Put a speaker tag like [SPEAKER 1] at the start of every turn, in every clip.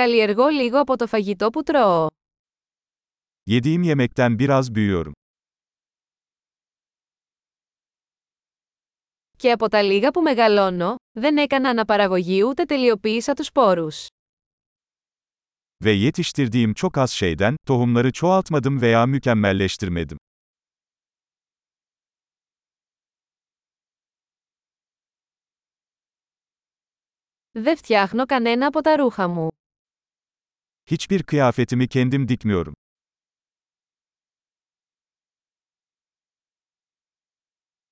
[SPEAKER 1] Καλλιεργώ λίγο από το φαγητό που τρώω.
[SPEAKER 2] Yediğim yemekten biraz büyüyorum.
[SPEAKER 1] Και από τα λίγα που μεγαλώνω, δεν έκανα αναπαραγωγή ούτε τελειοποίησα τους σπόρους.
[SPEAKER 2] Ve yetiştirdiğim çok az şeyden, tohumları çoğaltmadım veya mükemmelleştirmedim.
[SPEAKER 1] Δεν φτιάχνω κανένα από τα ρούχα μου.
[SPEAKER 2] Hiçbir kıyafetimi kendim dikmiyorum.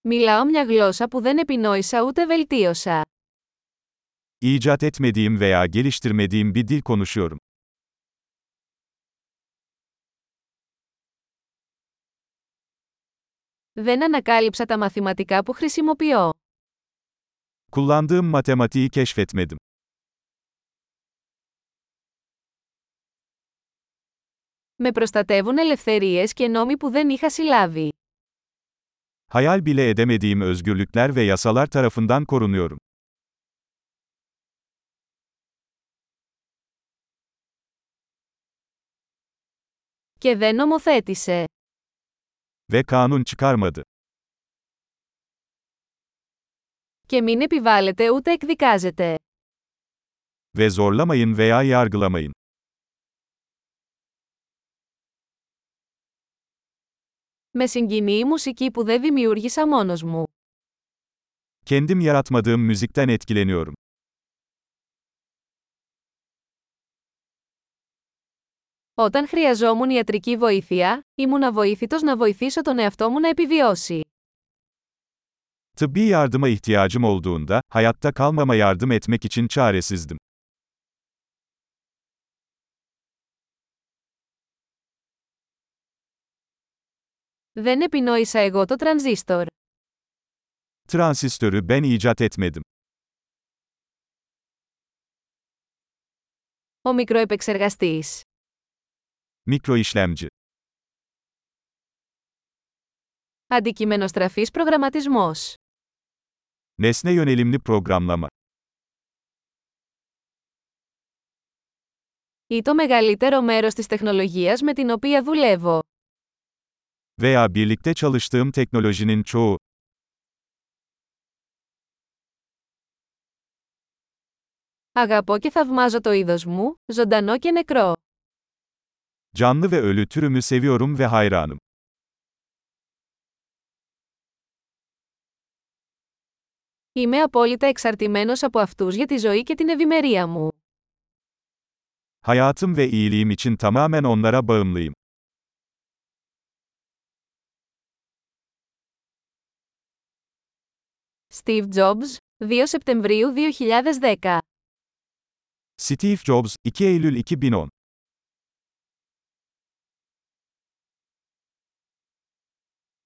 [SPEAKER 1] Μιλάω μια γλώσσα που δεν επινόησα ούτε βελτίωσα.
[SPEAKER 2] İcat etmediğim veya geliştirmediğim bir dil konuşuyorum.
[SPEAKER 1] Δεν ανακάλυψα τα μαθηματικά που χρησιμοποιώ.
[SPEAKER 2] Kullandığım matematiği keşfetmedim.
[SPEAKER 1] Με προστατεύουν ελευθερίες και νόμοι που δεν είχα συλλάβει.
[SPEAKER 2] Hayal bile edemediğim özgürlükler ve yasalar tarafından korunuyorum.
[SPEAKER 1] Και δεν νομοθέτησε.
[SPEAKER 2] Ve kanun çıkarmadı.
[SPEAKER 1] Και μην επιβάλλεται ούτε εκδικάζεται.
[SPEAKER 2] Ve zorlamayın veya yargılamayın.
[SPEAKER 1] Με συγκινεί η μουσική που δεν δημιούργησα μόνος μου.
[SPEAKER 2] Kendim yaratmadığım müzikten etkileniyorum.
[SPEAKER 1] Όταν χρειαζόμουν ιατρική βοήθεια, ήμουν αβοήθητος να βοηθήσω τον εαυτό μου να επιβιώσει.
[SPEAKER 2] Tıbbi yardıma ihtiyacım olduğunda, hayatta kalmama yardım etmek için çaresizdim.
[SPEAKER 1] Δεν επινόησα εγώ το τρανζίστορ.
[SPEAKER 2] Transistörü ben icat etmedim.
[SPEAKER 1] Ο μικροεπεξεργαστής.
[SPEAKER 2] Mikroişlemci,
[SPEAKER 1] Αντικειμενοστραφής προγραμματισμός.
[SPEAKER 2] nesne yönelimli programlama
[SPEAKER 1] Ή το μεγαλύτερο μέρος της τεχνολογίας με την οποία δουλεύω.
[SPEAKER 2] veya birlikte çalıştığım teknolojinin çoğu
[SPEAKER 1] Αγαπώ και θαυμάζω το είδος μου, ζωντανό και νεκρό.
[SPEAKER 2] Canlı ve ölü türümü seviyorum ve hayranım.
[SPEAKER 1] Είμαι απόλυτα εξαρτημένος από αυτούς για τη ζωή και την ευημερία μου.
[SPEAKER 2] Hayatım ve iyiliğim için tamamen onlara bağımlıyım.
[SPEAKER 1] Steve Jobs, 2 Σεπτεμβρίου 2010.
[SPEAKER 2] Steve Jobs, 2 Eylül 2010